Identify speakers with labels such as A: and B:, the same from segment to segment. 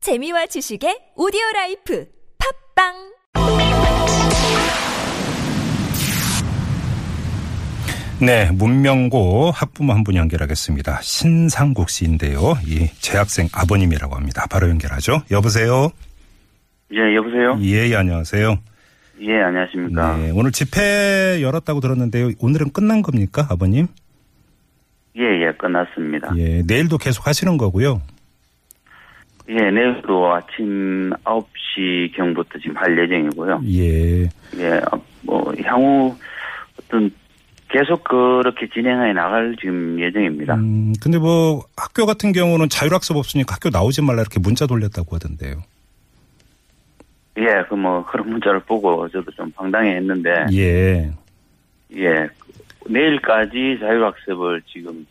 A: 재미와 지식의 오디오 라이프 팝빵
B: 네, 문명고 학부모 한 분 연결하겠습니다. 신상국 씨인데요. 이 재학생 아버님이라고 합니다. 바로 연결하죠. 여보세요.
C: 예, 여보세요?
B: 예, 예, 안녕하세요.
C: 예, 안녕하십니까.
B: 네, 오늘 집회 열었다고 들었는데요. 오늘은 끝난 겁니까, 아버님?
C: 예, 예, 끝났습니다. 예,
B: 예, 내일도 계속 하시는 거고요.
C: 예, 내일도 아침 9시 경부터 지금 할 예정이고요.
B: 예,
C: 예, 어, 뭐, 향후 어떤 계속 그렇게 진행해 나갈 지금 예정입니다.
B: 음, 근데 뭐 학교 같은 경우는 자율학습 없으니까 학교 나오지 말라 이렇게 문자 돌렸다고 하던데요.
C: 예, 그 뭐, 그런 문자를 보고 저도 좀 황당해 했는데,
B: 예,
C: 예, 그 내일까지 자율학습을 지금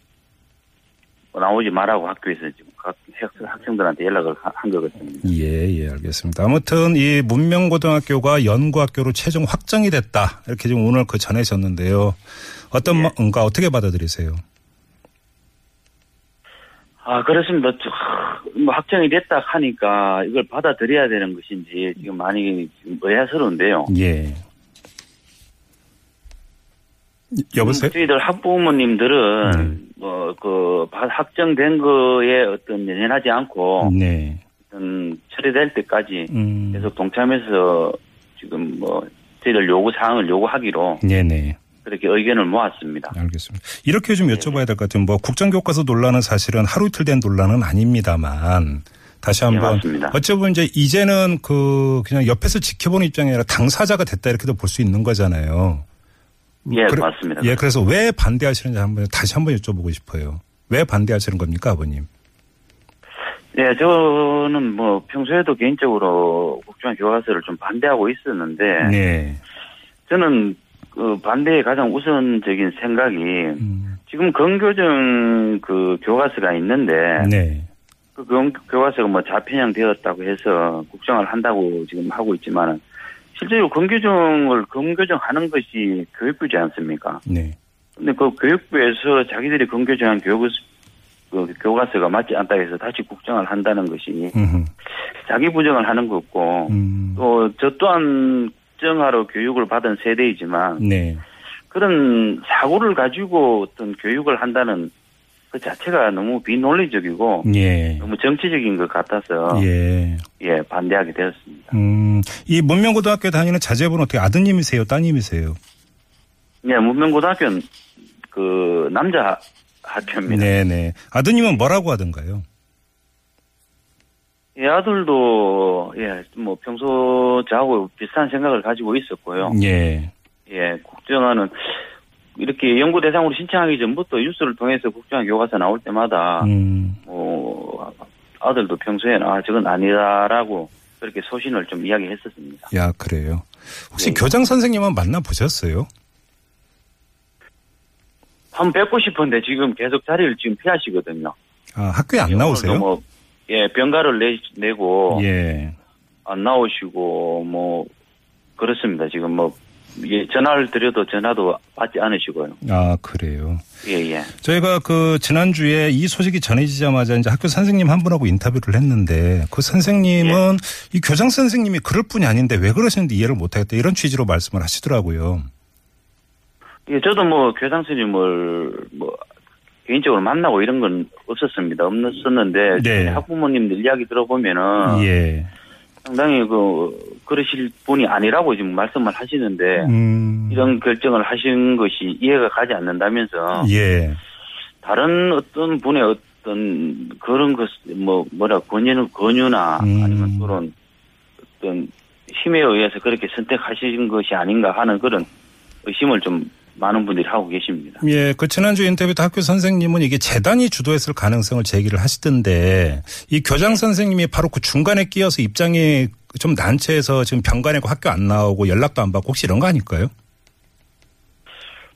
C: 뭐 나오지 말라고 학교에서 지금 각 학- 학생들한테 연락을 하- 한 거거든요.
B: 예, 예, 알겠습니다. 아무튼 이 문명고등학교가 연구학교로 최종 확정이 됐다. 이렇게 지금 오늘 그 전해졌는데요. 어떤, 마- 그러니까 어떻게 받아들이세요?
C: 아, 그렇습니다. 저, 뭐 확정이 됐다 하니까 이걸 받아들여야 되는 것인지 지금 많이 지금 의아스러운데요.
B: 예. 여보세요?
C: 저희들 학부모님들은
B: 네.
C: 뭐 그 확정된 거에 어떤 연연하지 않고
B: 네.
C: 어떤 처리될 때까지
B: 음.
C: 계속 동참해서 지금 뭐 저희들 요구 사항을 요구하기로
B: 네네.
C: 그렇게 의견을 모았습니다.
B: 알겠습니다. 이렇게 좀 여쭤봐야 될 것 같아요. 뭐 국정교과서 논란은 사실은 하루 이틀 된 논란은 아닙니다만 다시
C: 예,
B: 한번
C: 맞습니다.
B: 어쩌면 이제 이제는 그 그냥 옆에서 지켜보는 입장이 아니라 당사자가 됐다 이렇게도 볼 수 있는 거잖아요.
C: 예,
B: 그래-
C: 맞습니다.
B: 예, 그래서 왜 반대하시는지 한번 다시 한번 여쭤보고 싶어요. 왜 반대하시는 겁니까, 아버님?
C: 예, 저는 뭐 평소에도 개인적으로 국정 교과서를 좀 반대하고 있었는데
B: 네.
C: 예. 저는 그 반대의 가장 우선적인 생각이
B: 음,
C: 지금 건교정 그 교과서가 있는데
B: 네.
C: 그 건- 교과서가 뭐 자편향 되었다고 해서 국정을 한다고 지금 하고 있지만은 실제로 건교정을 건교정하는 것이 교육부지 않습니까?
B: 네.
C: 근데 그 교육부에서 자기들이 건교정한 교육 그 교과서가 맞지 않다고 해서 다시 국정을 한다는 것이
B: 음흠.
C: 자기 부정을 하는 거고
B: 음,
C: 또 저 또한 정하로 교육을 받은 세대이지만
B: 네.
C: 그런 사고를 가지고 어떤 교육을 한다는 그 자체가 너무 비논리적이고
B: 예.
C: 너무 정치적인 것 같아서 예,
B: 예.
C: 반대하게 되었습니다.
B: 음, 이 문명고등학교 다니는 자제분은 어떻게 아드님이세요, 따님이세요?
C: 예, 문명고등학교는 그 남자 학교입니다.
B: 네네. 아드님은 뭐라고 하던가요?
C: 예, 아들도 예, 뭐 평소 저하고 비슷한 생각을 가지고 있었고요.
B: 예.
C: 예, 국정화는 이렇게 연구 대상으로 신청하기 전부터 뉴스를 통해서 국정화 교과서 나올 때마다
B: 음,
C: 뭐 아들도 평소에는 아 저건 아니다라고 그렇게 소신을 좀 이야기했었습니다.
B: 야, 그래요. 혹시
C: 예.
B: 교장 선생님은 만나보셨어요?
C: 한 뵙고 싶은데 지금 계속 자리를 지금 피하시거든요.
B: 아, 학교에 안 나오세요?
C: 오늘도 뭐, 예, 병가를 내, 내고
B: 예.
C: 안 나오시고 뭐 그렇습니다. 지금 뭐 예, 전화를 드려도 전화도 받지 않으시고요.
B: 아, 그래요.
C: 예, 예.
B: 저희가 그 지난주에 이 소식이 전해지자마자 이제 학교 선생님 한 분하고 인터뷰를 했는데 그 선생님은 이 교장 선생님이 그럴 뿐이 아닌데 왜 그러시는지 이해를 못하겠다 이런 취지로 말씀을 하시더라고요.
C: 예, 저도 뭐 교장 선생님을 뭐 개인적으로 만나고 이런 건 없었습니다. 없었는데
B: 네.
C: 학부모님들 이야기 들어보면은
B: 예.
C: 상당히 그 그러실 분이 아니라고 지금 말씀을 하시는데
B: 음.
C: 네. 이런 결정을 하신 것이 이해가 가지 않는다면서
B: 예.
C: 다른 어떤 분의 어떤 그런 것뭐 뭐라 권유 권유나
B: 음.
C: 아니면 그런 어떤 힘에 의해서 그렇게 선택하신 것이 아닌가 하는 그런 의심을 좀 많은 분들이 하고 계십니다.
B: 예, 그 지난주 인터뷰 때 학교 선생님은 이게 재단이 주도했을 가능성을 제기를 하시던데 이 교장 선생님이 바로 그 중간에 끼어서 입장이 좀 난처해서 지금 병가 내고 학교 안 나오고 연락도 안 받고 혹시 이런 거 아닐까요?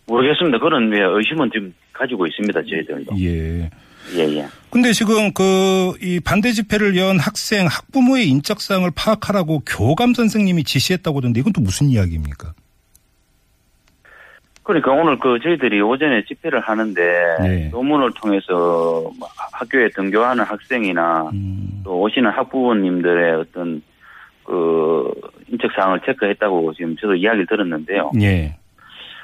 C: 모르겠습니다. 그런 예, 의심은 지금 가지고 있습니다. 저희들도
B: 예.
C: 예예
B: 근데 지금 그 이 반대 집회를 연 학생 학부모의 인적사항을 파악하라고 교감 선생님이 지시했다고 하던데 이건 또 무슨 이야기입니까?
C: 그러니까 오늘 그 저희들이 오전에 집회를 하는데
B: 예.
C: 논문을 통해서 막 학교에 등교하는 학생이나
B: 음,
C: 또 오시는 학부모님들의 어떤 그 인적 사항을 체크했다고 지금 저도 이야기를 들었는데요.
B: 예.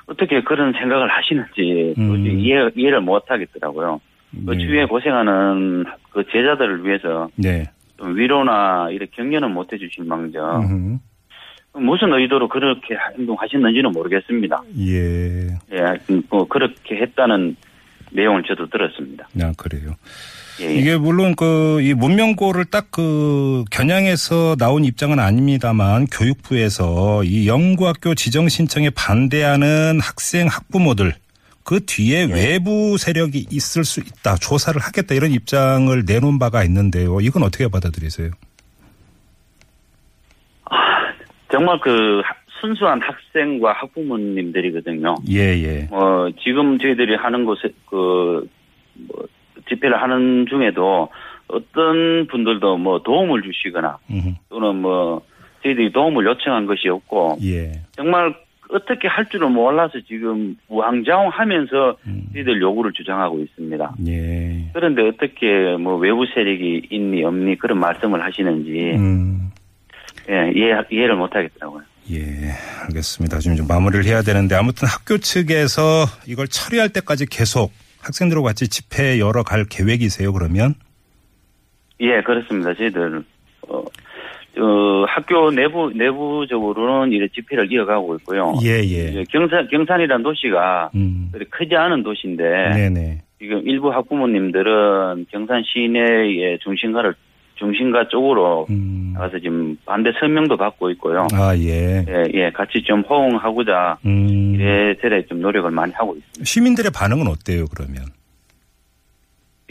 C: 어떻게 그런 생각을 하시는지
B: 음.
C: 도저히 이해, 이해를 못 하겠더라고요. 그
B: 예.
C: 추위에 고생하는 그 제자들을 위해서
B: 네.
C: 좀 위로나 이렇게 격려는 못 해주실 망정
B: 음흠.
C: 무슨 의도로 그렇게 행동하셨는지는 모르겠습니다.
B: 예.
C: 예, 하여튼 뭐 그렇게 했다는 내용을 저도 들었습니다.
B: 아, 그래요.
C: 예, 예.
B: 이게 물론 그 이 문명고를 딱 그 겨냥해서 나온 입장은 아닙니다만 교육부에서 이 영구학교 지정 신청에 반대하는 학생 학부모들 그 뒤에 외부 세력이 있을 수 있다 조사를 하겠다 이런 입장을 내놓은 바가 있는데요. 이건 어떻게 받아들이세요?
C: 정말 그 하- 순수한 학생과 학부모님들이거든요.
B: 예예
C: 어, 지금 저희들이 하는 곳에 그 뭐, 집회를 하는 중에도 어떤 분들도 뭐 도움을 주시거나 또는 뭐 저희들이 도움을 요청한 것이 없고
B: 예.
C: 정말 어떻게 할 줄을 몰라서 지금 우왕좌왕하면서
B: 음.
C: 저희들 요구를 주장하고 있습니다.
B: 예.
C: 그런데 어떻게 뭐 외부 세력이 있니 없니 그런 말씀을 하시는지
B: 음.
C: 예, 이해, 이해를 못하겠더라고요.
B: 예, 알겠습니다. 지금 좀 마무리를 해야 되는데 아무튼 학교 측에서 이걸 처리할 때까지 계속 학생들하고 같이 집회 열어갈 계획이세요? 그러면
C: 예, 그렇습니다. 저희들 어, 어, 학교 내부 내부적으로는 이런 집회를 이어가고 있고요.
B: 예예.
C: 이제 경산 경산이란 도시가
B: 음.
C: 그리 크지 않은 도시인데
B: 네네.
C: 지금 일부 학부모님들은 경산 시내의 중심가를 중심가 쪽으로
B: 음.
C: 나가서 지금 반대 설명도 받고 있고요.
B: 아 예.
C: 예, 예, 같이 좀 호응하고자
B: 음.
C: 예. 이래저래 좀 노력을 많이 하고 있습니다.
B: 시민들의 반응은 어때요? 그러면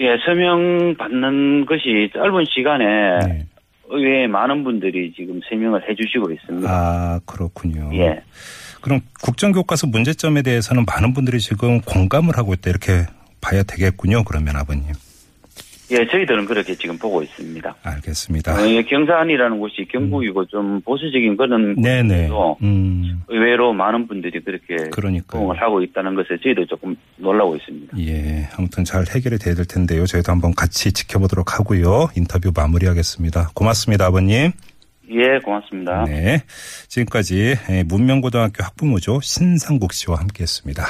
C: 예, 서명 받는 것이 짧은 시간에
B: 네.
C: 의외에 많은 분들이 지금 서명을 해주시고 있습니다.
B: 아 그렇군요.
C: 예,
B: 그럼 국정교과서 문제점에 대해서는 많은 분들이 지금 공감을 하고 있다 이렇게 봐야 되겠군요. 그러면 아버님.
C: 예, 저희들은 그렇게 지금 보고 있습니다.
B: 알겠습니다.
C: 어, 예, 경산이라는 곳이 경북이고 좀 보수적인 그런
B: 음. 네네.
C: 곳에서
B: 음.
C: 의외로 많은 분들이 그렇게
B: 그러니까.
C: 호응을 하고 있다는 것에 저희도 조금 놀라고 있습니다.
B: 예, 아무튼 잘 해결이 돼야 될 텐데요. 저희도 한번 같이 지켜보도록 하고요. 인터뷰 마무리하겠습니다. 고맙습니다, 아버님.
C: 예, 고맙습니다.
B: 네. 지금까지 예, 문명고등학교 학부모죠. 신상국 씨와 함께 했습니다.